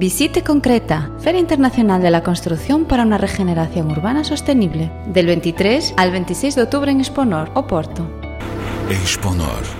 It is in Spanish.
Visite concreta, Feria Internacional de la Construcción para una Regeneración Urbana Sostenible, del 23 al 26 de octubre en Exponor, Oporto. Exponor.